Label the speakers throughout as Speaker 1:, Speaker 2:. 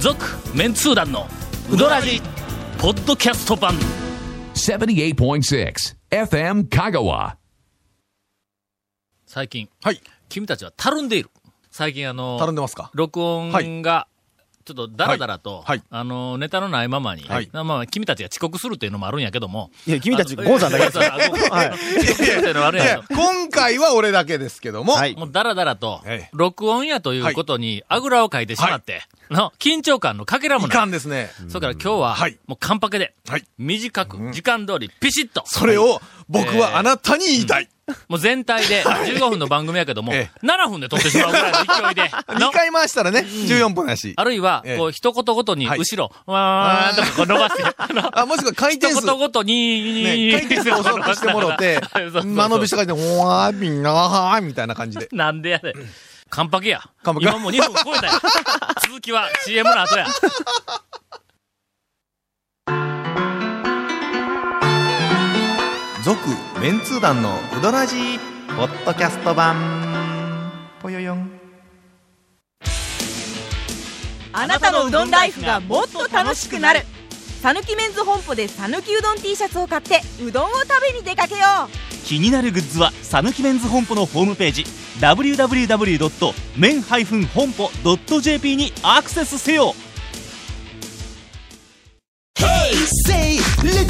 Speaker 1: 続メンツー団のウドラジポッドキャスト版
Speaker 2: 78.6 FM Kagawa.
Speaker 1: 最近
Speaker 3: はい。
Speaker 1: 君たちはたるんでいる最近あの
Speaker 3: たるんでますか
Speaker 1: 録音が、ちょっとダラダラと、
Speaker 3: はいはい
Speaker 1: あの、ネタのないままに、
Speaker 3: はい
Speaker 1: まあまあ、君たちが遅刻するっていうのもあるんやけども。
Speaker 4: いや君たち
Speaker 1: あ
Speaker 4: ゴーさんだけ
Speaker 1: ゴ ーさんあゴー
Speaker 4: はい
Speaker 1: 遅刻するっていうのもあるんやけど。
Speaker 3: 今回は俺だけですけども、
Speaker 4: はい
Speaker 1: もうダラダラと
Speaker 3: ええ、
Speaker 1: 録音やということにあぐらをかいてしまって、の緊張感のかけらも
Speaker 3: い
Speaker 1: な
Speaker 3: か
Speaker 1: い。
Speaker 3: んですね。
Speaker 1: それから今日は
Speaker 3: はい、
Speaker 1: もう完パケで
Speaker 3: はい、
Speaker 1: 短く、時間通り、ピシッと。
Speaker 3: それを僕はあなたに言いたい。
Speaker 1: もう全体で15分の番組やけども、
Speaker 3: え
Speaker 1: 7分で撮ってしまうぐらいの勢 いで、の
Speaker 3: 2回回したらね、14分やし。
Speaker 1: あるいは
Speaker 3: え、え
Speaker 1: こう、一言ごとに、
Speaker 3: はい
Speaker 1: 後ろ、わーんとかこう伸ばして、
Speaker 3: あ、もしくは回
Speaker 1: 一
Speaker 3: 転数。
Speaker 1: 言ごと
Speaker 3: ね、
Speaker 1: に、、
Speaker 3: 回転数遅くしてもろて
Speaker 1: そうそうそう
Speaker 3: 間延びして書いて、おわーみんなはーみたいな感じで。
Speaker 1: なんでやで。完パケや。
Speaker 3: 完パケ
Speaker 1: 今もう2分超えたや。続きは CM の後や。
Speaker 3: 続、メンツー団のうどらじ
Speaker 4: ポッドキャスト版ぽよよん
Speaker 5: あなたのうどんライフがもっと楽しくなるさぬきメンズ本舗でさぬきうどん T シャツを買ってうどんを食べに出かけよう
Speaker 6: 気になるグッズはさぬきメンズ本舗のホームページ www.men-honpo.jp にアクセスせよ
Speaker 7: Say little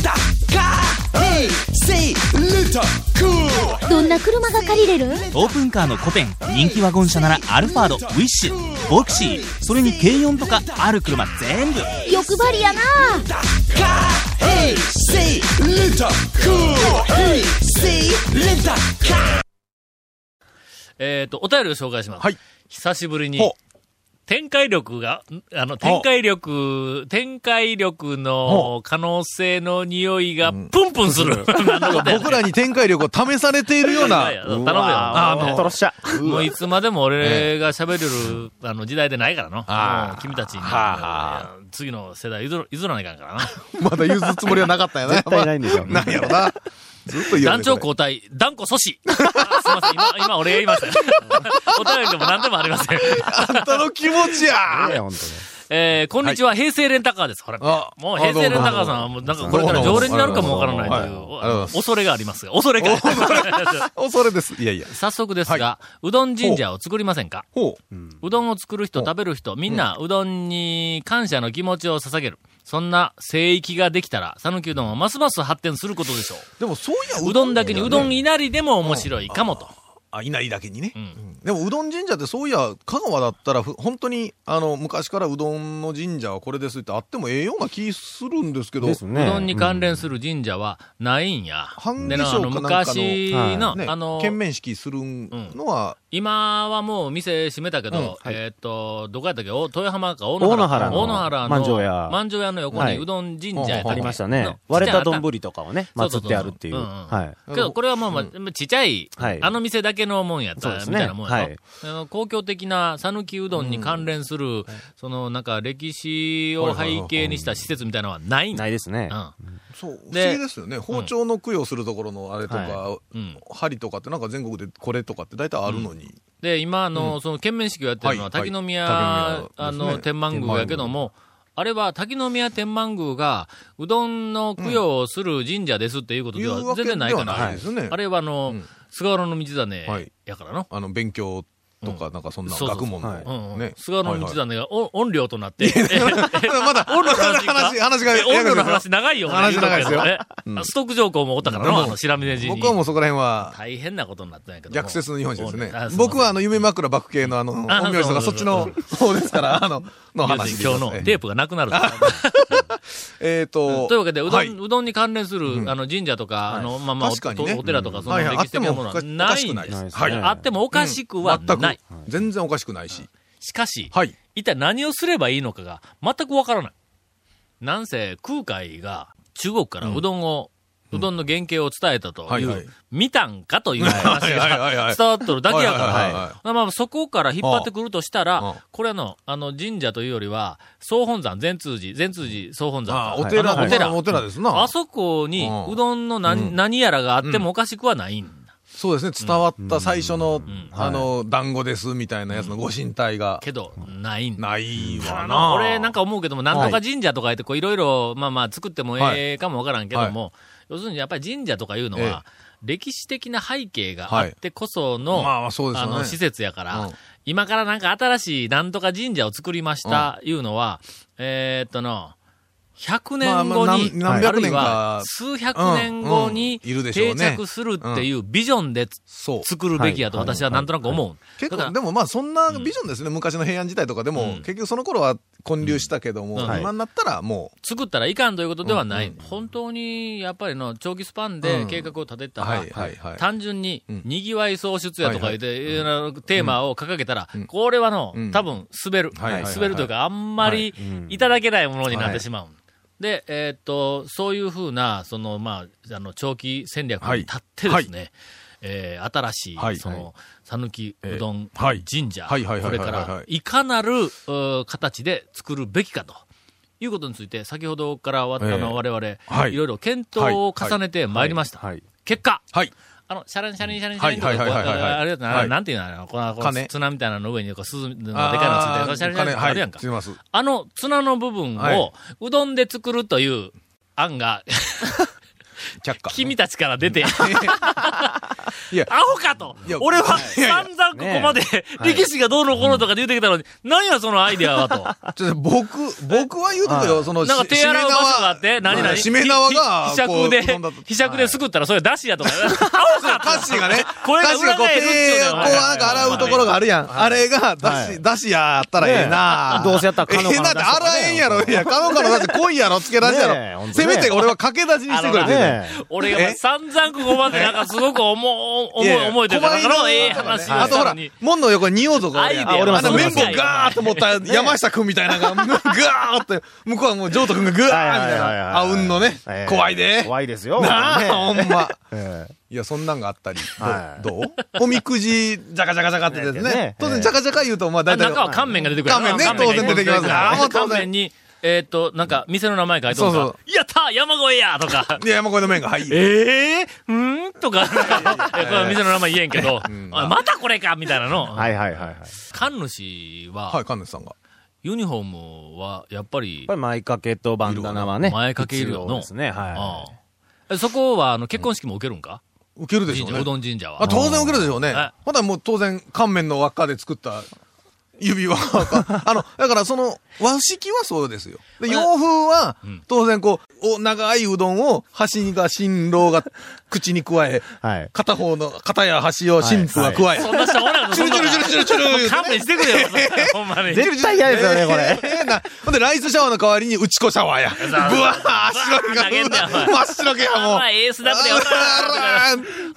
Speaker 7: car. Hey, say little cool.
Speaker 8: どんな車が借りれる
Speaker 6: オープンカーの古典人気ワゴン車ならアルファードウィッシュボクシーそれに軽4とかある車全部
Speaker 8: 欲張りやな
Speaker 7: Hey, say little cool. Hey, say little car.
Speaker 1: えっと、お便りを紹介します。
Speaker 3: はい
Speaker 1: 久しぶりに
Speaker 3: ほ、
Speaker 1: 展開力が、んあの、展開力、展開力の可能性の匂いがプンプンす る。何のことや
Speaker 3: 僕らに展開力を試されているよ うな。
Speaker 1: 頼むよ。あ
Speaker 4: あトロッシャ
Speaker 1: もういつまでも俺が喋れる、あの時代でないからな。
Speaker 3: あー
Speaker 1: もう君たちに、次の世代譲る譲らないかん からな。
Speaker 3: まだ譲るつもりはなかったよね。
Speaker 4: 絶対ないんですよ
Speaker 3: まあ なんやろな。ずっと言うよね
Speaker 1: 団長
Speaker 3: これ
Speaker 1: 交代、断固阻止。 すいません、今、今俺が言いました。 お便りでも何でもありません。
Speaker 3: あんたの気持ちや。
Speaker 4: 本当
Speaker 1: えー、こんにちは、平成レンタカーです。ほら、
Speaker 3: あ
Speaker 1: もう平成レンタカーさんはもうなんかこれから常連になるかもわからないとい
Speaker 3: どうもどうもはいありがとうございま
Speaker 1: う、
Speaker 3: す
Speaker 1: 恐れがありますが、恐れが。
Speaker 3: 恐れです。いやいや。
Speaker 1: 早速ですが、うどん神社を作りませんか
Speaker 3: ほう。
Speaker 1: うどんを作る人、食べる人、みんなうどんに感謝の気持ちを捧げる。そんな聖域ができたら、讃岐うどんはますます発展することでしょ
Speaker 3: でもそういや
Speaker 1: う。うどんだ
Speaker 3: け。
Speaker 1: けにうどんいなりでも面白いかもと。
Speaker 3: あ、いないだけにね。
Speaker 1: ん
Speaker 3: でもうどん神社ってそういや、香川だったらふ本当に、あの、昔からうどんの神社はこれですってあってもええような気するんですけど。
Speaker 4: です
Speaker 1: う
Speaker 4: ね
Speaker 1: どんに関連する神社はないんや。
Speaker 3: 半
Speaker 1: で
Speaker 3: 化
Speaker 1: なあ
Speaker 3: 粧
Speaker 1: の、
Speaker 3: かなんかの
Speaker 1: 昔の、
Speaker 3: ね、
Speaker 1: あの、
Speaker 3: 見面式するのは、
Speaker 1: 今はもう店閉めたけど、
Speaker 3: うん
Speaker 4: はい
Speaker 1: えーっと、どこやったっけお豊浜か、大野原
Speaker 4: 大野原の
Speaker 1: 大野原の
Speaker 4: 万丈屋
Speaker 1: 万丈屋の横
Speaker 4: は
Speaker 1: に
Speaker 4: いう
Speaker 1: どん神社やったっけ
Speaker 3: あ
Speaker 4: ありました
Speaker 1: の
Speaker 4: ね割れた
Speaker 1: ちっちゃいあっ
Speaker 4: 丼とかをね
Speaker 1: そうそうそう
Speaker 4: 祀ってあるっていう
Speaker 1: うんうん
Speaker 4: は
Speaker 1: けど、これはまあまあ、ちっちゃい、
Speaker 4: はい
Speaker 1: あの店だけのもんやっ
Speaker 4: そ
Speaker 1: た、
Speaker 4: うです
Speaker 1: み
Speaker 4: ね
Speaker 1: たいなもんやろ、
Speaker 4: はい
Speaker 1: あの公共的な讃岐うどんに関連する、その、なんか歴史を背景にした施設みたいなのはない
Speaker 4: い
Speaker 1: ん
Speaker 4: な
Speaker 1: だ。
Speaker 4: いですね
Speaker 1: うん
Speaker 3: そう、不思議
Speaker 1: で
Speaker 3: ですよね。包丁の供養するところのあれとか、
Speaker 1: うん
Speaker 3: 針とかってなんか全国でこれとかって大体あるのに。
Speaker 1: で、今、あの、その、県面式をやってるのは、
Speaker 3: はいはい
Speaker 1: 滝の宮、
Speaker 3: 滝の宮
Speaker 1: あ
Speaker 3: です
Speaker 1: の、
Speaker 3: ね
Speaker 1: 天満宮やけども、あれは滝の宮天満宮が、うどんの供養をする神社ですっていうことで
Speaker 3: いう
Speaker 1: は
Speaker 3: わけ
Speaker 1: 全
Speaker 3: で
Speaker 1: 然
Speaker 3: は
Speaker 1: ないから、
Speaker 3: ないですよね。
Speaker 1: あれはあの、
Speaker 3: うん
Speaker 1: 菅原の道
Speaker 3: は
Speaker 1: 真
Speaker 3: い
Speaker 1: やからの。
Speaker 3: あの、勉強とか、なんかそんな
Speaker 1: そうそうそ
Speaker 3: 学
Speaker 1: う
Speaker 3: 問
Speaker 1: うんう
Speaker 3: の。
Speaker 1: ん
Speaker 3: ね。
Speaker 1: 菅原の道
Speaker 3: はい
Speaker 1: 真がお怨霊となって、
Speaker 3: はい まだ、
Speaker 1: オンの話か
Speaker 3: 話、話が、
Speaker 1: え音楽の話長いよ、
Speaker 3: 話長いですよ
Speaker 1: 言うとくけどね
Speaker 3: うん
Speaker 1: あストック上皇もおったから
Speaker 3: うん
Speaker 1: な、
Speaker 3: も
Speaker 1: あ
Speaker 3: う
Speaker 1: の、白峰寺に。
Speaker 3: 僕はもうそこら辺は、
Speaker 1: 大変なことになったんやけども。
Speaker 3: 逆説の日本史ですね
Speaker 1: あ。そう
Speaker 3: 僕はあの、夢枕爆系のあの、
Speaker 1: あ
Speaker 3: 本名字とか
Speaker 1: そ
Speaker 3: そ
Speaker 1: そ
Speaker 3: うっち
Speaker 1: うそう
Speaker 3: の方ですから、あの、
Speaker 1: 要
Speaker 3: の
Speaker 1: する
Speaker 3: 話
Speaker 1: に
Speaker 3: で
Speaker 1: 今日
Speaker 3: 言います
Speaker 1: の
Speaker 3: ね
Speaker 1: テープがなくなる。
Speaker 3: えっと、
Speaker 1: というわけで、うど
Speaker 3: は
Speaker 1: ん、
Speaker 3: いう
Speaker 1: どんに関連する、
Speaker 3: ん
Speaker 1: あの、神社とか、あの、まあまあ、お
Speaker 3: 確かにね
Speaker 1: とお寺とか、その
Speaker 3: はいはい
Speaker 1: 歴史的なもの
Speaker 3: あっ
Speaker 1: は
Speaker 3: てもお
Speaker 1: な
Speaker 3: かし
Speaker 1: い
Speaker 3: く
Speaker 1: ん
Speaker 3: ない
Speaker 1: で。
Speaker 3: ですす
Speaker 4: はい
Speaker 1: あってもおかしくはない。
Speaker 3: 全く全然おかしくないし。
Speaker 1: しかし、
Speaker 3: はい。
Speaker 1: 一体何をすればいいのかが全くわからない。なんせ空海が中国からうどんを、うどんの原型を伝えたと
Speaker 3: はい
Speaker 1: い、
Speaker 3: はいう
Speaker 1: 見たんかという話
Speaker 3: はいはいはいは
Speaker 1: が
Speaker 3: い
Speaker 1: 伝わっとるだけやから、
Speaker 3: は
Speaker 1: はい
Speaker 3: はいいはい
Speaker 1: まあまあそこから引っ張ってくるとした
Speaker 3: ああ
Speaker 1: ら、これはの、あの神社というよりは、総本山、全通寺、全通寺、総本山か。
Speaker 3: あ、
Speaker 4: い
Speaker 3: お寺、
Speaker 1: はい
Speaker 3: お寺、お寺ですな。
Speaker 1: あそこに
Speaker 3: うん
Speaker 1: うどんの何,、
Speaker 3: うん
Speaker 1: 何やらがあってもおかしくはないんだ。
Speaker 3: そうですね、伝わった最初の、
Speaker 1: ん
Speaker 3: あの、団子ですみたいなやつのご神体が、
Speaker 1: けど、ないんだ。
Speaker 3: ないわ
Speaker 1: あの
Speaker 3: な。
Speaker 1: 俺なんか思うけども、なんとか神社とか言って、こういろいろ、まあまあ作ってもええかもわからんけども、要するにやっぱり神社とかいうの
Speaker 3: え
Speaker 1: は、歴史的な背景があってこその、
Speaker 3: まあまあそうですよね
Speaker 1: あの、施設やから、
Speaker 3: うん
Speaker 1: 今からなんか新しいなんとか神社を作りました、いうのは、えーっとの、100
Speaker 3: まあ
Speaker 1: 年
Speaker 3: ま
Speaker 1: 後
Speaker 3: あ
Speaker 1: に、
Speaker 3: 何何
Speaker 1: あ
Speaker 3: 百
Speaker 1: るい
Speaker 3: 年か
Speaker 1: は数百年後に
Speaker 3: うんうんいるでし
Speaker 1: 定
Speaker 3: ょうね
Speaker 1: 着するっていうビジョンでつ
Speaker 3: そう。
Speaker 1: 作るべきやと私はなんとなく思う。
Speaker 3: 結
Speaker 1: だか
Speaker 3: 構、
Speaker 1: ら
Speaker 3: でもまあそんなビジョンですね、昔の平安時代とかでも、
Speaker 1: うん
Speaker 3: 結局その頃は混流したけども、
Speaker 1: うんはい
Speaker 3: 今になったらも
Speaker 1: 作ったらいかんということではない。
Speaker 3: うん
Speaker 1: 本当に、やっぱりの、長期スパン
Speaker 3: う
Speaker 1: で
Speaker 3: ん
Speaker 1: 計画を立て
Speaker 3: う、
Speaker 1: た
Speaker 3: は
Speaker 1: ら、
Speaker 3: いはいはい。
Speaker 1: 単純に、
Speaker 3: うん
Speaker 1: にぎわい創出やとか言って、いろいろテーマを掲げたら、
Speaker 3: うん
Speaker 1: これはの、
Speaker 3: うん
Speaker 1: 多分、滑る、
Speaker 3: はいはいはい
Speaker 1: 滑るというか、あんまりいただけないものになってしまう。で、えーっと、そういうふうな、その、まあ、あの、長期戦略に立ってですね、えー新しい、
Speaker 3: はい
Speaker 1: そ
Speaker 3: は
Speaker 1: の、さぬきうどん
Speaker 3: えーはい
Speaker 1: 神社、
Speaker 3: はいはいは
Speaker 1: こ
Speaker 3: いは
Speaker 1: れ
Speaker 3: いはい
Speaker 1: か
Speaker 3: はい
Speaker 1: ら、いかなる、うー形で作るべきかと。いうことについて、先ほどからわ、
Speaker 3: えー
Speaker 1: あの、我々、
Speaker 3: はい
Speaker 1: いろいろ検討を重ねてまいりました。結果、
Speaker 3: はい。
Speaker 1: あの、シャランシャリンシャリンシャリンとか、
Speaker 3: はいはいはいはいはい
Speaker 1: あれだったら、
Speaker 3: はい
Speaker 1: なんていうのあのこの、この
Speaker 3: 鐘
Speaker 1: 綱みたいなのの上に、こう、鈴のでかいのついて、シャリンシャリンシャリンとかあるやんか
Speaker 3: す。みます。
Speaker 1: あの綱の部分
Speaker 3: は
Speaker 1: を
Speaker 3: い、
Speaker 1: うどんで作るという案が、
Speaker 3: 却下。
Speaker 1: 君たちから出て、
Speaker 3: いや
Speaker 1: アホかと
Speaker 3: いや
Speaker 1: 俺は
Speaker 3: はいいやいや
Speaker 1: 散々ここまで、力士がどうのこうのとかで言ってきたのに、何やそのアイデアはと。
Speaker 3: ちょっと僕、僕は言うとこよ、その、
Speaker 1: なんか手洗う場所があって、何々。
Speaker 3: しめ縄が、
Speaker 1: ひひひしゃ
Speaker 3: こ
Speaker 1: く
Speaker 3: う
Speaker 1: で
Speaker 3: うどんだと、
Speaker 1: ひしゃくですくったら、それ出しやとか。
Speaker 3: 歌詞がね、
Speaker 1: これが
Speaker 3: 歌詞がこう、
Speaker 1: 裏返るっていう
Speaker 3: 手を
Speaker 1: の
Speaker 3: こう
Speaker 1: は
Speaker 3: なんか洗うところがあるやん。あれが、だし、だしやったらええな
Speaker 9: どうせやったら
Speaker 3: え
Speaker 9: カノカ
Speaker 3: え
Speaker 9: ノ
Speaker 3: なって洗えんやろ。いや、カノカノだって濃いやろ、つけ出しや
Speaker 9: ねえほん
Speaker 3: ろ。
Speaker 9: とね
Speaker 3: せめて俺は駆け出しにしてく
Speaker 1: あ
Speaker 3: れて
Speaker 1: の
Speaker 3: る。
Speaker 9: ね
Speaker 1: 俺が
Speaker 3: え
Speaker 1: 散々ここまでなんかすごく重い、重い、重いというか、だ
Speaker 3: 小林
Speaker 1: か
Speaker 3: の
Speaker 1: らええ話を
Speaker 3: あ
Speaker 1: し
Speaker 3: とほ
Speaker 1: たの
Speaker 3: ら
Speaker 1: に。、
Speaker 3: 門の横に仁王像がおるやん
Speaker 1: アイデア
Speaker 9: 俺も
Speaker 3: あの
Speaker 9: そう
Speaker 3: 綿棒ガーッと持った山下くんみたいなのが、ガー ッて、向こうはもう譲渡くんがグワーみたい
Speaker 9: はいはいはいは
Speaker 3: な。
Speaker 9: い
Speaker 3: あうんのね
Speaker 9: ええ。
Speaker 3: 怖いで。
Speaker 9: 怖いですよ。
Speaker 3: なあ、ほ
Speaker 9: ね
Speaker 3: んま。
Speaker 9: ええ
Speaker 3: いや、そんなんがあったり、どう
Speaker 9: はい
Speaker 3: どうおみくじ、じゃかじゃかじゃかってです
Speaker 9: ね
Speaker 3: ね
Speaker 9: ね。
Speaker 3: 当然、じゃかじゃか言うと、まあ大体。
Speaker 1: 中は乾麺が出てくる。
Speaker 3: 乾麺ね
Speaker 1: あ
Speaker 3: 当然出てきま
Speaker 1: 乾麺
Speaker 3: す
Speaker 1: が
Speaker 3: あもう当然
Speaker 1: 乾麺に、えーっと、なんか、店の名前書いてる
Speaker 3: そう
Speaker 1: と
Speaker 3: そ。
Speaker 1: か、やったー山越えやーとか
Speaker 3: いや、 山越えの麺が、はい。
Speaker 1: ええうーんとか、なんかえこれ店の名前言えんけど、あまたこれかみたいなの。
Speaker 9: はいはいはいはい。やっ
Speaker 1: 神主
Speaker 3: は、、
Speaker 1: はい
Speaker 3: 神主さんが。
Speaker 1: ユニフォームは、やっぱり
Speaker 9: ぱ、り前掛けとバンダナはね。
Speaker 1: 前掛けいるよ
Speaker 9: 必要ですね。
Speaker 1: あ
Speaker 9: は
Speaker 1: あそこは、あの、結婚式も受けるんか
Speaker 3: 受けるでしょ
Speaker 1: 神社、
Speaker 3: う
Speaker 1: う
Speaker 3: ね。
Speaker 1: どん神社は。
Speaker 3: あ、当然受けるでしょうね
Speaker 1: は。
Speaker 3: まだもう当然、乾麺の輪っかで作った指輪があの、だからその、和式はそうですよ。で洋風は
Speaker 1: ん、
Speaker 3: 当然こう、お、長いうどんを、端が新郎が口に加え、
Speaker 9: い。 はい。
Speaker 3: 片方の、片や端を新婦が加え、
Speaker 1: そんな人おらんの
Speaker 3: チュルチュルチュルチュルチュル言うてね
Speaker 1: 勘弁してくれよ、 ほんまに。
Speaker 9: 絶対嫌ですよね、これ。
Speaker 3: ええな。ほんで、ライスシャワーの代わりに、うちこシャワーや。ぶわー、白毛が、
Speaker 1: 投げん
Speaker 3: う
Speaker 1: なよお
Speaker 3: わ
Speaker 1: 前
Speaker 3: 真っ白毛や、もう
Speaker 1: お。前エースダブルやお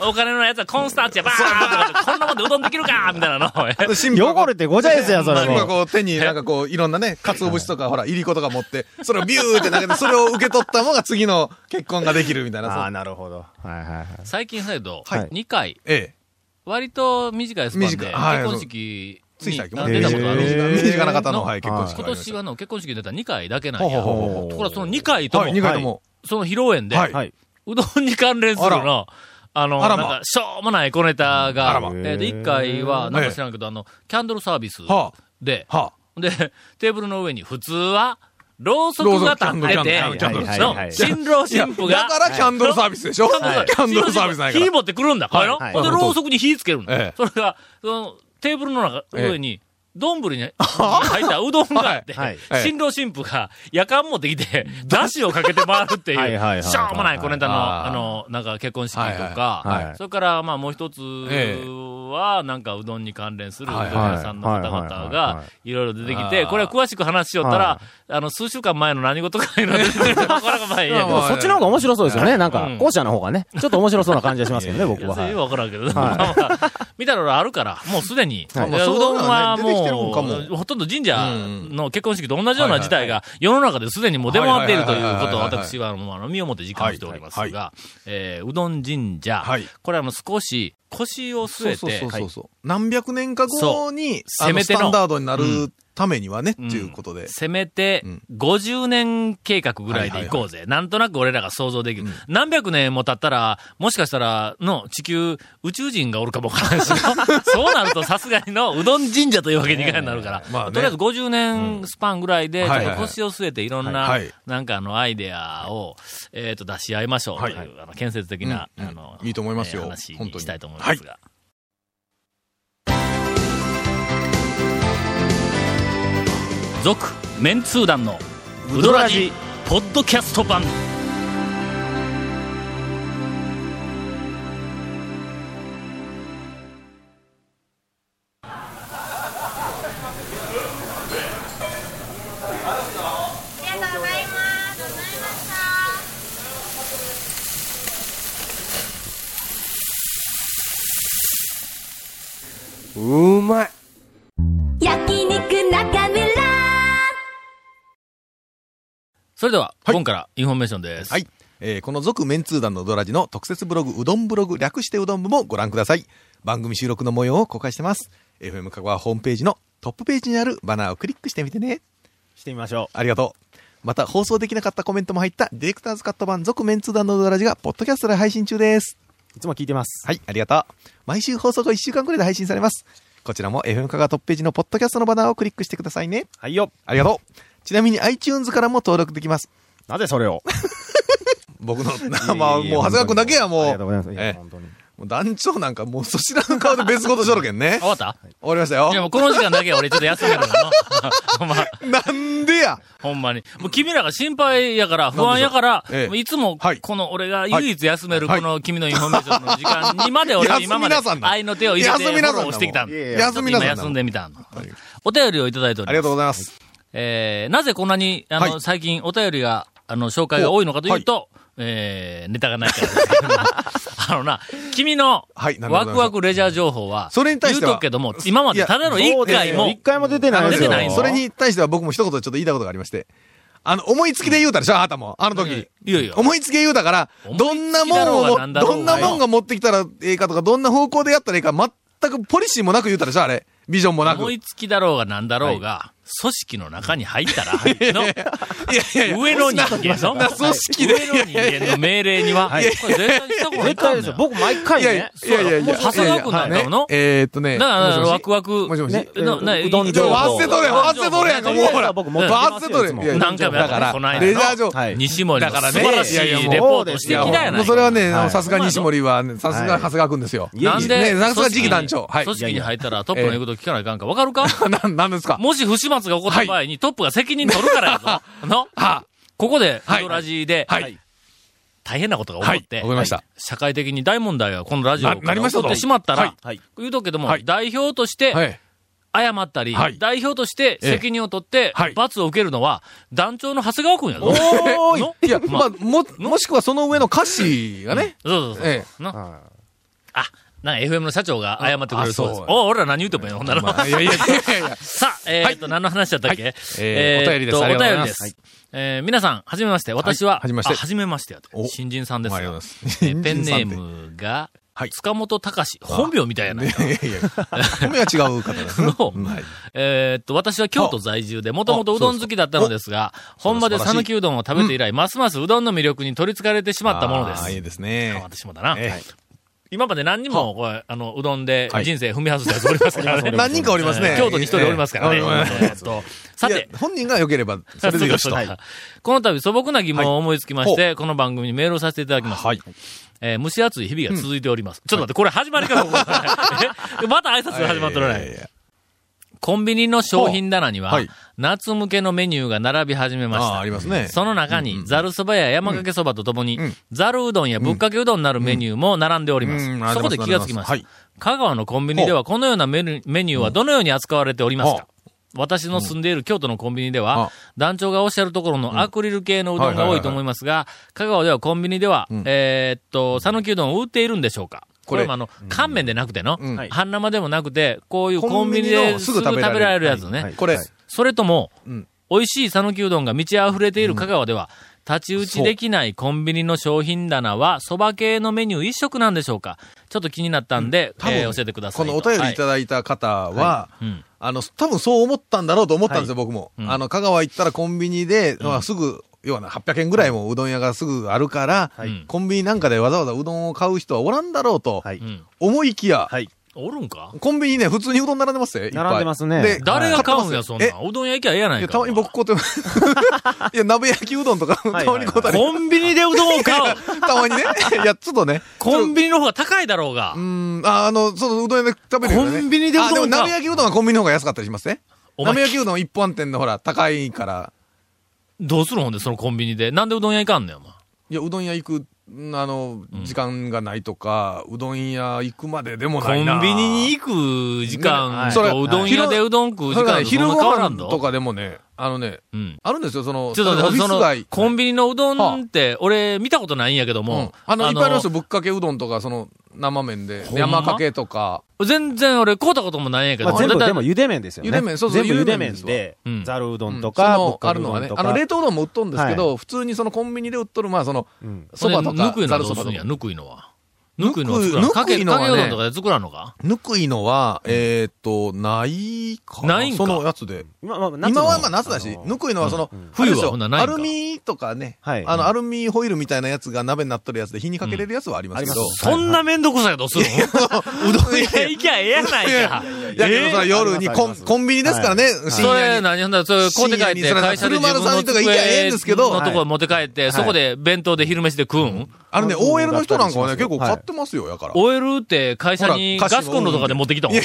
Speaker 1: らお金のやつはコンスターチや、バーンとか、こんなもんでうどんできるかみた いなの。
Speaker 3: あらー神父が
Speaker 9: 汚れてごちゃですよ、それ
Speaker 3: 神父が
Speaker 9: も。
Speaker 3: こう手になんかこういろんなね、鰹節とかほら、いりことか持って、それをビューって 投げて、それを受け取ったもが次の結婚ができるみたいな。
Speaker 9: あ
Speaker 3: そ
Speaker 9: あ、
Speaker 3: う
Speaker 9: なるほど。はいはいはい。
Speaker 1: 最近制度、
Speaker 9: はい
Speaker 1: 2回、
Speaker 3: ええ。
Speaker 1: 割と短いスパンで、
Speaker 3: 短いはい
Speaker 1: 結婚式
Speaker 3: つい
Speaker 1: に
Speaker 3: 最近
Speaker 1: あ
Speaker 3: も
Speaker 1: 出
Speaker 3: ね、
Speaker 1: た
Speaker 3: 身
Speaker 1: ことあるん
Speaker 9: へ
Speaker 1: です
Speaker 9: ー
Speaker 1: よ
Speaker 3: 近身近な方の、
Speaker 1: の
Speaker 3: はい、結婚式
Speaker 1: 今
Speaker 3: がありまし
Speaker 1: 年
Speaker 3: た。
Speaker 1: はの結婚式に出たら2回だけなんや。
Speaker 3: ほうほう
Speaker 9: ほうほう
Speaker 1: ところがその2回とも、
Speaker 3: はい、二回とも。
Speaker 1: その披露宴で、
Speaker 3: はい
Speaker 9: はい。
Speaker 1: うどんに関連する
Speaker 3: あ
Speaker 1: の、あの、
Speaker 3: あ
Speaker 1: なん
Speaker 3: らま
Speaker 1: か、しょうもない小ネタ
Speaker 3: あ
Speaker 1: が
Speaker 3: らま、
Speaker 1: えーで、1回は、なんか知らんけど、あの、キャンドルサービス
Speaker 3: は
Speaker 1: で、
Speaker 3: あ、は
Speaker 1: で、テーブルの上に普通は、ろうそくが立ってて、
Speaker 3: ろうそくキャンドルキャンド
Speaker 1: の、
Speaker 3: ル
Speaker 1: 新郎
Speaker 3: あ。いや
Speaker 1: 新婦が、
Speaker 3: だからキャンドルサービスでしょキ
Speaker 1: はい
Speaker 3: ャンドルサービスないか
Speaker 1: 火
Speaker 3: ら。
Speaker 1: 持ってくるんだ、これの。
Speaker 9: はい
Speaker 1: ほんで、
Speaker 3: はい
Speaker 1: ろうそくに火つけるんだ
Speaker 3: ええ。
Speaker 1: それが、その、テーブルの中、上に、丼に 入ったうどんがあって
Speaker 9: はい
Speaker 3: は、い
Speaker 1: 新郎新婦が夜間持ってき て、だしをかけて回るってい
Speaker 9: はいはいは
Speaker 1: う、
Speaker 9: い
Speaker 1: しょうもない小ネタの、
Speaker 3: あー
Speaker 1: あの、なんか結婚式と
Speaker 9: はいはいは
Speaker 1: か
Speaker 9: い、
Speaker 1: それから、まあもう一つ
Speaker 3: ええ
Speaker 1: は、なんかうどんに関連するうどん
Speaker 3: はい
Speaker 1: 屋さんの方
Speaker 9: はいはい
Speaker 1: 々
Speaker 9: はい
Speaker 1: が
Speaker 9: はい
Speaker 1: ろいろ出てき
Speaker 3: あ
Speaker 1: て、
Speaker 3: ー
Speaker 1: これは詳しく話しよったら、あの、数週間前の何事かいうのが 出てくるなかなか前に。
Speaker 9: でもそっちの方が面白そうですよね。なんか、後者の方がね、ちょっと面白そうな感じがしますけどね、
Speaker 1: い
Speaker 9: 僕
Speaker 1: や
Speaker 9: は。
Speaker 1: そ
Speaker 9: は
Speaker 1: れ
Speaker 9: い
Speaker 1: よう分からんけど、まあまあ見たらあるから、もうすでに、
Speaker 9: はいい
Speaker 1: やうどんは
Speaker 3: まあそうだね出てきてるもんかも
Speaker 1: もう、ほとんど神社の結婚式と同じような事態が、世の中ですでにもう出回っているということを、
Speaker 3: はいはいはいはいはい
Speaker 1: 私は、もうあの、身をもって実感しております
Speaker 3: はい
Speaker 1: が、えーうどん神社
Speaker 3: はい、
Speaker 1: これあの、少し腰を
Speaker 3: そ
Speaker 1: 据
Speaker 3: う
Speaker 1: え
Speaker 3: そう
Speaker 1: て
Speaker 3: そう、そうそう。何百年か後に、
Speaker 1: そう
Speaker 3: あ
Speaker 1: せめ
Speaker 3: の
Speaker 1: て
Speaker 3: ス
Speaker 1: の
Speaker 3: タンダードになるためにはね、っていうことで。
Speaker 1: せめて
Speaker 3: うん、
Speaker 1: 50年計画ぐらいで行こうぜ。なんとなく俺らが想像できる。何百年も経ったら、もしかしたら、の、地球、宇宙人がおるかもわからないし のそうなるとさすがにの、うどん神社というわけにいかないになるから、
Speaker 3: まあね
Speaker 1: とりあえず50年スパンぐらいで、ちょ
Speaker 3: は
Speaker 1: っ
Speaker 3: いはいはい
Speaker 1: と腰を据えていろんな、
Speaker 3: はい
Speaker 1: なんかあの、アイデアを、えっ、と、出し合いましょうという、
Speaker 3: はい
Speaker 1: あの建設的な、
Speaker 3: うんうん
Speaker 1: あの、
Speaker 3: いいと思いますよ
Speaker 1: えー話
Speaker 3: 本当
Speaker 1: に
Speaker 3: に
Speaker 1: したいと思いますが。続、メンツー団の、ウドラジ、ポッドキャスト版。
Speaker 9: うまい
Speaker 8: 焼肉中村
Speaker 1: それでは、
Speaker 3: はい
Speaker 1: 今からインフォメーションです。
Speaker 3: はい。えーこの続メンツー団のドラジの特設ブログ、うどんブログ、略してうどん部もご覧ください。番組収録の模様を公開してます。FM 香川ホームページのトップページにあるバナーをクリックしてみてね。
Speaker 9: してみましょ
Speaker 3: ありがとう。また、放送できなかったコメントも入ったディレクターズカット版続メンツー団のドラジが、ポッドキャストで配信中です。
Speaker 9: ういつも聞いてます
Speaker 3: はい、ありがとう。毎週放送後1週間くらいで配信されます。こちらも FM 香川トップページのポッドキャストのバナーをクリックしてくださいね。
Speaker 9: はいよ
Speaker 3: ありがとう。ちなみに iTunes からも登録できます。
Speaker 9: なぜそれを
Speaker 3: 僕の、 まあ、もう、長谷川くんだけや、もう。
Speaker 9: ありがとうございますい
Speaker 3: ええ
Speaker 9: や本当に
Speaker 3: もう団長なんかもうそちらの顔で別事しとるけんね
Speaker 1: あ 。終わった
Speaker 3: 終わりました
Speaker 1: いやも
Speaker 3: よ。
Speaker 1: うこの時間だけは俺ちょっと休んでるの。 ほんま、
Speaker 3: なんでや
Speaker 1: ほんまに。もう君らが心配やから、不安やから、
Speaker 3: ええ
Speaker 1: いつも
Speaker 3: はい
Speaker 1: この俺が唯一休める
Speaker 3: は
Speaker 1: こ
Speaker 3: い
Speaker 1: の君のインフォメーションの時間にまで俺は
Speaker 3: 休み
Speaker 1: 今まで
Speaker 3: なさんな
Speaker 1: 愛の手を入れてフ
Speaker 3: 休みなさんな
Speaker 1: ォローしてきたんだ
Speaker 3: もういやいや
Speaker 1: ちょっと
Speaker 3: 休みなさんな
Speaker 1: 今休んでみたの。お便りをいただいてお
Speaker 3: あ
Speaker 1: りま
Speaker 3: りが
Speaker 1: す
Speaker 3: とう。ございます。
Speaker 1: えーなぜこんなに、あの、
Speaker 3: はい
Speaker 1: 最近お便りが、あの、紹介が多いのかというと、えーネタがないからですけども あのな、君の、
Speaker 3: はいなんで
Speaker 1: ワ
Speaker 3: ござい
Speaker 1: ク
Speaker 3: ます
Speaker 1: ワクレジャー情報は、
Speaker 3: それに対して
Speaker 1: 言
Speaker 3: は
Speaker 1: うとくけども、今までただの一回も、
Speaker 9: 一回も出てないです
Speaker 1: 出て
Speaker 9: よ
Speaker 1: ないんです
Speaker 3: それに対しては僕も一言ちょっと言いたいことがありまして。あの、思いつきで言うたでしょあなたも。あの時。
Speaker 1: いやいや
Speaker 3: 思いつきで言うたから、どんなも
Speaker 1: 思いつき
Speaker 3: ん
Speaker 1: だろう
Speaker 3: を
Speaker 1: がなん
Speaker 3: も、
Speaker 1: だろう
Speaker 3: ど
Speaker 1: が
Speaker 3: んなもんが持ってきたらええかとか、どんな方向でやったらええか、全くポリシーもなく言うたでしょあれ。ビジョンもなく。
Speaker 1: 思
Speaker 3: い
Speaker 1: いつきだろうがなんだろうが、組織の中に入ったら、の、
Speaker 3: やいやいや
Speaker 1: 上の人間の、
Speaker 3: 組織で
Speaker 1: 上の人間の命令には、これ絶対したことない
Speaker 9: 絶
Speaker 1: か
Speaker 9: 対
Speaker 1: ん
Speaker 9: です
Speaker 1: の
Speaker 9: よ
Speaker 1: よ。
Speaker 9: 僕毎回
Speaker 3: いやい
Speaker 9: ね
Speaker 3: やいやいやいや。
Speaker 1: 長谷川君なんかもの
Speaker 3: はいえーっとね。
Speaker 1: だから、
Speaker 3: もしもし
Speaker 1: ワクワク、
Speaker 3: もしもし
Speaker 1: ねなな
Speaker 9: うどん
Speaker 1: い
Speaker 3: ちょ
Speaker 9: 情報
Speaker 3: 忘れとるやん、忘れとるやんか、もうほら。
Speaker 9: 僕
Speaker 1: 持ってき
Speaker 9: ます
Speaker 3: 忘れ
Speaker 9: よ
Speaker 3: とるやん
Speaker 9: いつも
Speaker 3: いやいや
Speaker 1: 何回もや
Speaker 3: だ
Speaker 1: った
Speaker 3: か
Speaker 1: ね
Speaker 3: ら
Speaker 1: この間、の
Speaker 3: レジャー場。
Speaker 9: はい
Speaker 1: 西森の
Speaker 3: だから
Speaker 1: 素
Speaker 3: ね
Speaker 1: 晴らしい
Speaker 3: いやいやもう
Speaker 1: レポートをしてきたや
Speaker 3: も
Speaker 1: な
Speaker 3: う
Speaker 1: い
Speaker 3: それはね、
Speaker 9: はい
Speaker 3: さすが西森は、さすが長谷川くんですよ。
Speaker 9: い
Speaker 1: なん
Speaker 3: ね
Speaker 1: で、
Speaker 3: さすが次期団長。はい。
Speaker 1: 組織に入ったらトップの言うこと聞かないかんか、わかるか
Speaker 3: な、なんですか
Speaker 1: もし不始末が起こった場合にトップが責任取るからやぞ。の
Speaker 3: は
Speaker 1: ここで、
Speaker 3: はい
Speaker 1: このラジで、
Speaker 3: はい。
Speaker 1: 大変なことが起こって、
Speaker 3: はいわかりました
Speaker 1: 社会的に大問題がこのラジオ
Speaker 3: なな
Speaker 1: から
Speaker 3: りま
Speaker 1: 起
Speaker 3: した
Speaker 1: こ
Speaker 3: と
Speaker 1: ってしまったら、
Speaker 3: はい
Speaker 9: はい
Speaker 1: 言うとくけども、
Speaker 3: はい
Speaker 1: 代表として、
Speaker 3: はい。
Speaker 1: 謝ったり、
Speaker 3: はい
Speaker 1: 代表として責任を取って、
Speaker 3: えはい
Speaker 1: 罰を受けるのは、団長の長谷川君やぞ。
Speaker 3: お
Speaker 1: の
Speaker 3: いや、まあ、も、もしくはその上の歌詞がね。
Speaker 1: そうそうそう。
Speaker 3: え
Speaker 1: なあ、なんか FM の社長が謝ってくれるそうです。
Speaker 3: あそう
Speaker 1: お俺ら何言うてもええのほんなら。
Speaker 3: まあいやいやいやい や。
Speaker 1: さあ、えー、っと、何の話だったっけ、
Speaker 3: え
Speaker 1: ー
Speaker 3: ーお便りです
Speaker 1: と
Speaker 3: ありがとうござい
Speaker 1: お
Speaker 3: ま
Speaker 1: 便り
Speaker 3: す
Speaker 1: ですえー皆さん、はじめまして。私は、
Speaker 3: はいはじめまして
Speaker 1: あはじめましてやと
Speaker 3: お
Speaker 1: 新人さんですが。
Speaker 3: ありがとうございます
Speaker 1: えーペン
Speaker 3: 新人
Speaker 1: ネ
Speaker 3: さんって
Speaker 1: ームが、
Speaker 3: はい
Speaker 1: 塚本隆、本名みたいやないい
Speaker 3: やいやいや。米は違う方ですね。
Speaker 1: の、
Speaker 3: はい
Speaker 1: えーっと、私は京都在住で、もともとうどん好きだったのですが、本場で
Speaker 3: 素晴らしい
Speaker 1: 讃岐うどんを食べて以来、ますますうどんの魅力に取り憑かれてしまったもので
Speaker 3: あーい
Speaker 1: す
Speaker 3: い。ですね。
Speaker 1: 私もだな。
Speaker 3: ええ
Speaker 1: 今まで何人も、これ、あの、うどんで
Speaker 3: はい
Speaker 1: 人生踏み外したやつおりますからね。
Speaker 3: 何人かおりますね。
Speaker 1: 京都に一人おりますからね。
Speaker 3: ええ
Speaker 1: えーっ とさて
Speaker 3: い、や本人が良ければ、それでよし
Speaker 1: そ
Speaker 3: と。
Speaker 1: うか
Speaker 3: は
Speaker 1: そう
Speaker 3: い
Speaker 1: かこの度素朴な疑問を思いつきまして、この番組にメールをさせていただきました。
Speaker 3: はい
Speaker 1: えー蒸し暑い日々が続いております。ちょっと待って、これ始まりからここ えまた挨拶が始まっとらない。
Speaker 3: いやいやいや
Speaker 1: コンビニの商品棚には、
Speaker 3: はい
Speaker 1: 夏向けのメニューが並び始めまし
Speaker 3: ああ、
Speaker 1: た。
Speaker 3: ありますね。
Speaker 1: その中に、ざるそばや山かけそばとともに
Speaker 3: ん、
Speaker 1: ざるうどんやぶっかけうどんなるメニューも並んでおります。
Speaker 3: うんうん
Speaker 1: そこで気がつきました。
Speaker 3: はい
Speaker 1: 香川のコンビニではこのようなメニューメニューはどのように扱われておりますか、私の住んでいる京都のコンビニで
Speaker 3: うん
Speaker 1: は
Speaker 3: あ、
Speaker 1: 団長がおっしゃるところのアクリル系のうどんが多いと思いますが、香川ではコンビニでは、えーっと、讃岐うどんを売っているんでしょうかこ
Speaker 3: こ
Speaker 1: れ
Speaker 3: れ
Speaker 1: もあの、乾麺でなくての、
Speaker 3: うん
Speaker 1: 半生でもなくて、こういうコ
Speaker 3: コ
Speaker 1: ン
Speaker 3: ン
Speaker 1: ビ
Speaker 3: ビ
Speaker 1: ニ
Speaker 3: ニ
Speaker 1: で
Speaker 3: の
Speaker 1: す
Speaker 3: す
Speaker 1: ぐ
Speaker 3: ぐ
Speaker 1: 食
Speaker 3: 食
Speaker 1: べ
Speaker 3: べ
Speaker 1: ら
Speaker 3: ら
Speaker 1: れ
Speaker 3: れる
Speaker 1: るやつね。
Speaker 3: これ、
Speaker 1: それとも、
Speaker 3: うん
Speaker 1: 美味しい讃岐うどんが満ち溢れている香川では、立ち打ちできないコンビニの商品棚は、そば系のメニュー一色なんでしょうかちょっと気になったんで、
Speaker 3: 多分
Speaker 1: えー教えてくださ
Speaker 3: こ
Speaker 1: いと。
Speaker 3: のお便りいた
Speaker 1: は
Speaker 3: だいた方は、
Speaker 1: いうん
Speaker 3: ああの、多分そう思ったんだろうと思ったんですよ、僕も。
Speaker 1: うん
Speaker 3: あの、香川行ったらコンビニで、まあすぐ、要はな800円ぐらいもうどん屋がすぐあるから、
Speaker 1: い
Speaker 3: コンビニなんかでわざわざうどんを買う人はおらんだろうと
Speaker 9: はい。
Speaker 1: うん。
Speaker 3: 思いきや、
Speaker 9: はい。
Speaker 1: おるんか
Speaker 3: コンビニね、普通にうどん並んでますよ、いっぱい
Speaker 9: 並んでますね
Speaker 3: で
Speaker 1: 誰が買うん
Speaker 3: 買
Speaker 1: や、
Speaker 3: って
Speaker 1: そ
Speaker 3: ま
Speaker 1: ん
Speaker 3: すよ
Speaker 1: なん。うどん屋行きゃええやないい
Speaker 3: や、
Speaker 1: か。
Speaker 3: たまに僕こうやって、いや、鍋焼きうどんとか、た
Speaker 9: はい
Speaker 3: まにこうやって、
Speaker 1: コンビニでうどんを買 おう。
Speaker 3: たまにね、いや、ちょっとね、
Speaker 1: コンビニの方が高いだろうが
Speaker 3: う。ーん、あ、あの、そう、うどん屋で食べるよね。
Speaker 1: コンビニでうどんか
Speaker 3: あ、でも鍋焼きうどんはコンビニの方が安かったりしますね。
Speaker 1: お前
Speaker 3: 鍋焼きうどん一般店のほら、高いから。
Speaker 1: どうするほんで、そのコンビニで。なんでうどん屋行かんねん、お前。
Speaker 3: いや、うどん屋行く、んあの、時間がないとか、うどん屋行くまででも
Speaker 1: コ
Speaker 3: ないな。
Speaker 1: ンビニに行く時間
Speaker 3: それ
Speaker 1: とうどん屋でうどん食う時
Speaker 3: だか
Speaker 1: 間
Speaker 3: ら
Speaker 1: とそん
Speaker 3: ね昼
Speaker 1: な
Speaker 3: ご
Speaker 1: 変わら
Speaker 3: 飯
Speaker 1: ん
Speaker 3: と
Speaker 1: と。
Speaker 3: かでもね、あのね、
Speaker 1: うん。
Speaker 3: あるんですよ、その、
Speaker 1: ちょっと待っ
Speaker 3: オフ
Speaker 1: て、そ
Speaker 3: ィス
Speaker 1: の
Speaker 3: 街、。
Speaker 1: コンビニのうど
Speaker 3: はあ
Speaker 1: んって、俺見たことないんやけど
Speaker 3: う
Speaker 1: も
Speaker 3: ん。あの、いっぱいありますよ。ぶっかけうどんとか、その、生麺で
Speaker 1: ほん、ま
Speaker 3: 山かけとか。
Speaker 1: 全然俺買うたこともないんやけ
Speaker 9: ま
Speaker 1: ど。
Speaker 9: あ、全部、
Speaker 1: だ
Speaker 9: でも、茹で麺ですよね。
Speaker 3: 茹で麺そうそう
Speaker 9: 全部茹で
Speaker 3: 茹で
Speaker 9: 麺
Speaker 3: 麺
Speaker 9: で
Speaker 1: うん、
Speaker 9: ざるうどんと
Speaker 3: うん
Speaker 9: か、
Speaker 3: その
Speaker 9: ぶっか
Speaker 3: ある
Speaker 9: けうど
Speaker 3: のはね
Speaker 9: んと、か
Speaker 3: あの、冷凍うどんも売っとんですけど、
Speaker 9: は
Speaker 3: 普通にそのコンビニで売っとる、まあ、その、
Speaker 9: うん
Speaker 3: そば
Speaker 1: ほ
Speaker 3: と
Speaker 1: んでぬ
Speaker 3: か
Speaker 1: くい、
Speaker 3: ざ
Speaker 1: の
Speaker 3: る
Speaker 1: ど
Speaker 3: そうば
Speaker 1: す
Speaker 3: と
Speaker 1: るんや、
Speaker 3: か。
Speaker 1: ぬくいのは。ぬくいのは作ら
Speaker 3: ぬ
Speaker 1: ん。
Speaker 3: く
Speaker 1: かけ、
Speaker 3: ぬくいのは
Speaker 1: か
Speaker 3: ね
Speaker 1: けうどんとかで作らんのか
Speaker 3: ぬくいのは、えーっと、ないかな。
Speaker 1: ないんか
Speaker 3: そのやつで。
Speaker 9: 今は、夏の
Speaker 3: 今はまあ夏だし、
Speaker 9: あの
Speaker 3: ぬくいのはその、
Speaker 1: 冬は
Speaker 3: あれですよ
Speaker 1: ほんならないん
Speaker 3: ア
Speaker 1: か
Speaker 3: ルミとかね、
Speaker 9: はい
Speaker 3: あの、アルミホイルみたいなやつが鍋になっとるやつで火にかけれるやつはありますけど。
Speaker 1: そんなめんどくさいことするのうどん屋行きゃええやないか。
Speaker 3: いやけどそれ夜にコ
Speaker 9: ありま
Speaker 3: ン
Speaker 9: す
Speaker 3: コンビニですからね、深
Speaker 1: それ
Speaker 3: 夜に。
Speaker 1: 何ほんだらそれ買うて帰っ
Speaker 3: 深夜に
Speaker 1: て、
Speaker 3: それ
Speaker 1: 会社で自分
Speaker 3: 車の
Speaker 1: の
Speaker 3: 三人とか行きゃええんですけ
Speaker 1: 机
Speaker 3: ど
Speaker 1: のとこへ持って帰って、そこで弁当で昼飯で食うん
Speaker 3: あのね、
Speaker 9: そう
Speaker 3: OL の人なんかはね、
Speaker 9: はい
Speaker 3: 結構買ってますよ、やから。
Speaker 1: ?OL って会社に
Speaker 3: ほら
Speaker 1: ガスコンロとかで持ってきたもん。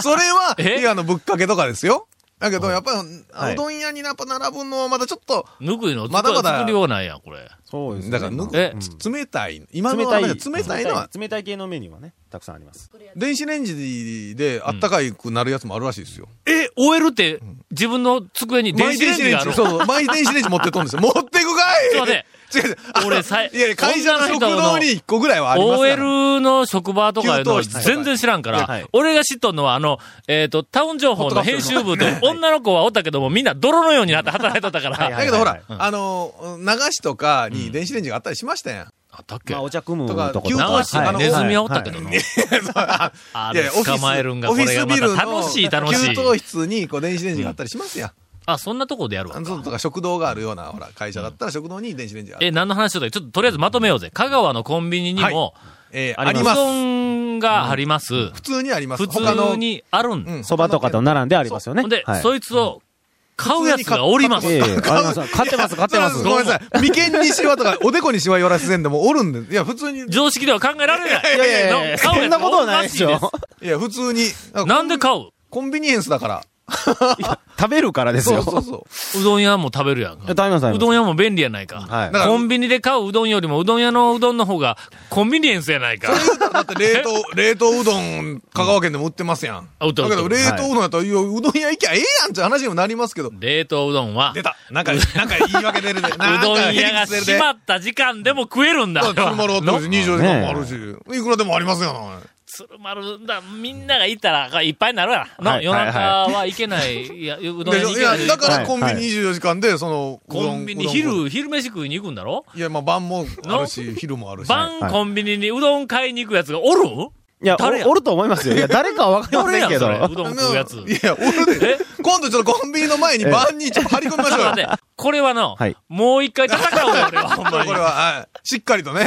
Speaker 3: それは、
Speaker 1: え
Speaker 3: いや、あ の、ぶっかけとかですよ。だけど、やっぱ
Speaker 9: は
Speaker 3: り、
Speaker 9: いう
Speaker 3: どん屋にやっぱ並ぶのはまだちょっと、
Speaker 1: ぬくいの
Speaker 3: まだ
Speaker 1: 作
Speaker 3: まだ
Speaker 1: 作りようなんや、これ。
Speaker 9: そうですね。
Speaker 3: だからぬ
Speaker 9: まあ
Speaker 3: く
Speaker 1: え
Speaker 3: つ冷たい。今の
Speaker 9: 冷
Speaker 3: は
Speaker 9: たい
Speaker 3: ね、冷たいのは、
Speaker 9: 冷たい系のメニューはね、たくさんあります。
Speaker 3: 電子レンジであったかいくなるやつもあるらしいですよ。
Speaker 1: え、OL って自分の机に電子レンジがある
Speaker 3: マイ
Speaker 1: の
Speaker 3: 電子レンジそうそう、マイ電子レンジ持ってっとんですよ。持ってくかい
Speaker 1: ちょっと待
Speaker 3: 違う違うあの
Speaker 1: 俺さ
Speaker 3: いやいや、会社の食
Speaker 1: 女の人
Speaker 3: 堂
Speaker 1: の
Speaker 3: に1個ぐらいはありますから。
Speaker 1: OL の職場とかいう
Speaker 3: 給
Speaker 1: の
Speaker 3: 湯室とか
Speaker 1: 全然知らんか
Speaker 9: は
Speaker 1: ら
Speaker 9: い、
Speaker 1: 俺が知っとんのは、あの、えっと、タウン情報の編集部で女の子はおったけども、みんな泥のようになって働いとったか
Speaker 9: はいは
Speaker 3: だ
Speaker 1: ら。
Speaker 9: い
Speaker 3: けどほら、
Speaker 1: うん
Speaker 3: あの、流しとかに電子レンジがあったりしましたやん。
Speaker 1: あったっけ
Speaker 9: まあ、お茶組む
Speaker 3: と
Speaker 9: と
Speaker 3: か
Speaker 9: か
Speaker 3: 給湯室
Speaker 1: 流し
Speaker 3: は
Speaker 1: に
Speaker 3: い
Speaker 1: ネズミはおったけ
Speaker 9: ど。
Speaker 1: ど
Speaker 9: はい
Speaker 1: な。 あ
Speaker 3: いや
Speaker 1: れ
Speaker 3: いや、オフィ
Speaker 1: 捕
Speaker 3: ス
Speaker 1: まえるんが、これがまた楽しい楽しい
Speaker 3: 給。湯室にこう電子レンジがあったりしますやん。
Speaker 1: あ、そんなとこでやるわ
Speaker 3: あ。のそうとか食堂があるような、ほら、会社だったら食堂に電子レンジがある。
Speaker 1: え、何の話しとったっけちょっととりあえずまとめようぜ。香川のコンビニにも、
Speaker 3: えー
Speaker 9: あ
Speaker 3: あ
Speaker 9: り
Speaker 3: り
Speaker 1: う
Speaker 3: ます。
Speaker 1: どんがあります。
Speaker 3: 普通にあります。
Speaker 1: 普
Speaker 3: 他の
Speaker 1: 通にあるん
Speaker 3: うん
Speaker 9: そばとかと並んでありますよね。
Speaker 1: ほんで、
Speaker 9: はい
Speaker 1: そいつを買うやつがおります。
Speaker 9: ええ、あります。買ってます、買ってま
Speaker 3: そ
Speaker 9: す。
Speaker 3: れはごめんなさい。眉間にしわと か、おでこにしわ寄らせてんでもおるんで、いや、普通に、
Speaker 1: 常識では考えられない。
Speaker 9: いやいやいや
Speaker 1: 買う
Speaker 9: そ
Speaker 1: や
Speaker 9: ん
Speaker 1: つが
Speaker 9: な
Speaker 1: お
Speaker 9: こ
Speaker 1: る
Speaker 9: とはないでし
Speaker 1: ら
Speaker 9: ょ。
Speaker 3: いや、普通に。
Speaker 1: いなんで
Speaker 3: か
Speaker 1: 買う
Speaker 3: コンビニエンスだから。
Speaker 9: 食べるからです
Speaker 3: そ
Speaker 9: よ。
Speaker 3: うそうそう。
Speaker 1: うどん屋も食べるやんか。
Speaker 9: 食べます、食べます。
Speaker 1: うどん屋も便利やない
Speaker 9: は
Speaker 1: か。
Speaker 3: だ
Speaker 9: い
Speaker 3: から
Speaker 1: コンビニで買ううどんよりも、うどん屋のうどんの方がコンビニエンスやないか。
Speaker 3: だって冷凍、冷凍うどん、香川県でも売ってますやん。
Speaker 1: あ売ってる
Speaker 3: だけ
Speaker 1: 売っ
Speaker 3: ど、
Speaker 1: て
Speaker 3: 冷
Speaker 1: る
Speaker 3: 凍うどんやったら、いやうどん屋行きゃええやんって話にもなりますけど。
Speaker 1: 冷凍うどんは、
Speaker 3: 出た。なん か、なんか言い訳出るで。 う
Speaker 1: うどん屋が閉まった時間でも食えるんだ。
Speaker 3: だから、丸あったし、
Speaker 1: の
Speaker 3: 24時間もあるし、いくらでもありますよな。
Speaker 1: 鶴丸だ、みんなが行ったらいっぱいになるやろ。な
Speaker 9: はい
Speaker 1: 夜中は行けない、いや、うどん屋
Speaker 3: で
Speaker 1: に行
Speaker 3: い
Speaker 1: けな
Speaker 3: や、
Speaker 1: い。
Speaker 3: だから
Speaker 9: はい
Speaker 3: コンビニ24時間で、その、うどん
Speaker 1: コンビニ、。
Speaker 3: うどん
Speaker 1: 昼、昼飯食いに行くんだろ
Speaker 3: いや、まあ、晩もあるし、昼もあるし。
Speaker 1: 晩
Speaker 9: はい
Speaker 1: コンビニにうどん買いに行くやつがおる
Speaker 9: いや、
Speaker 1: 誰や
Speaker 9: おおると思いますよ。いや、誰かはわかり ま
Speaker 1: 俺
Speaker 9: せ
Speaker 1: や
Speaker 9: ん
Speaker 1: ん、
Speaker 9: け
Speaker 1: そ
Speaker 9: ど。
Speaker 1: れ。うどん食うやつ。
Speaker 3: いや、俺で
Speaker 1: え、
Speaker 3: 今度ちょっとコンビニの前に晩にちょっと張り込みましょ うよ。
Speaker 1: ね、これはの、
Speaker 9: はい
Speaker 1: もう一回戦うよ、俺 は、ほん
Speaker 3: こ
Speaker 1: ま
Speaker 3: れ
Speaker 1: に。
Speaker 3: は、はいしっかりとね。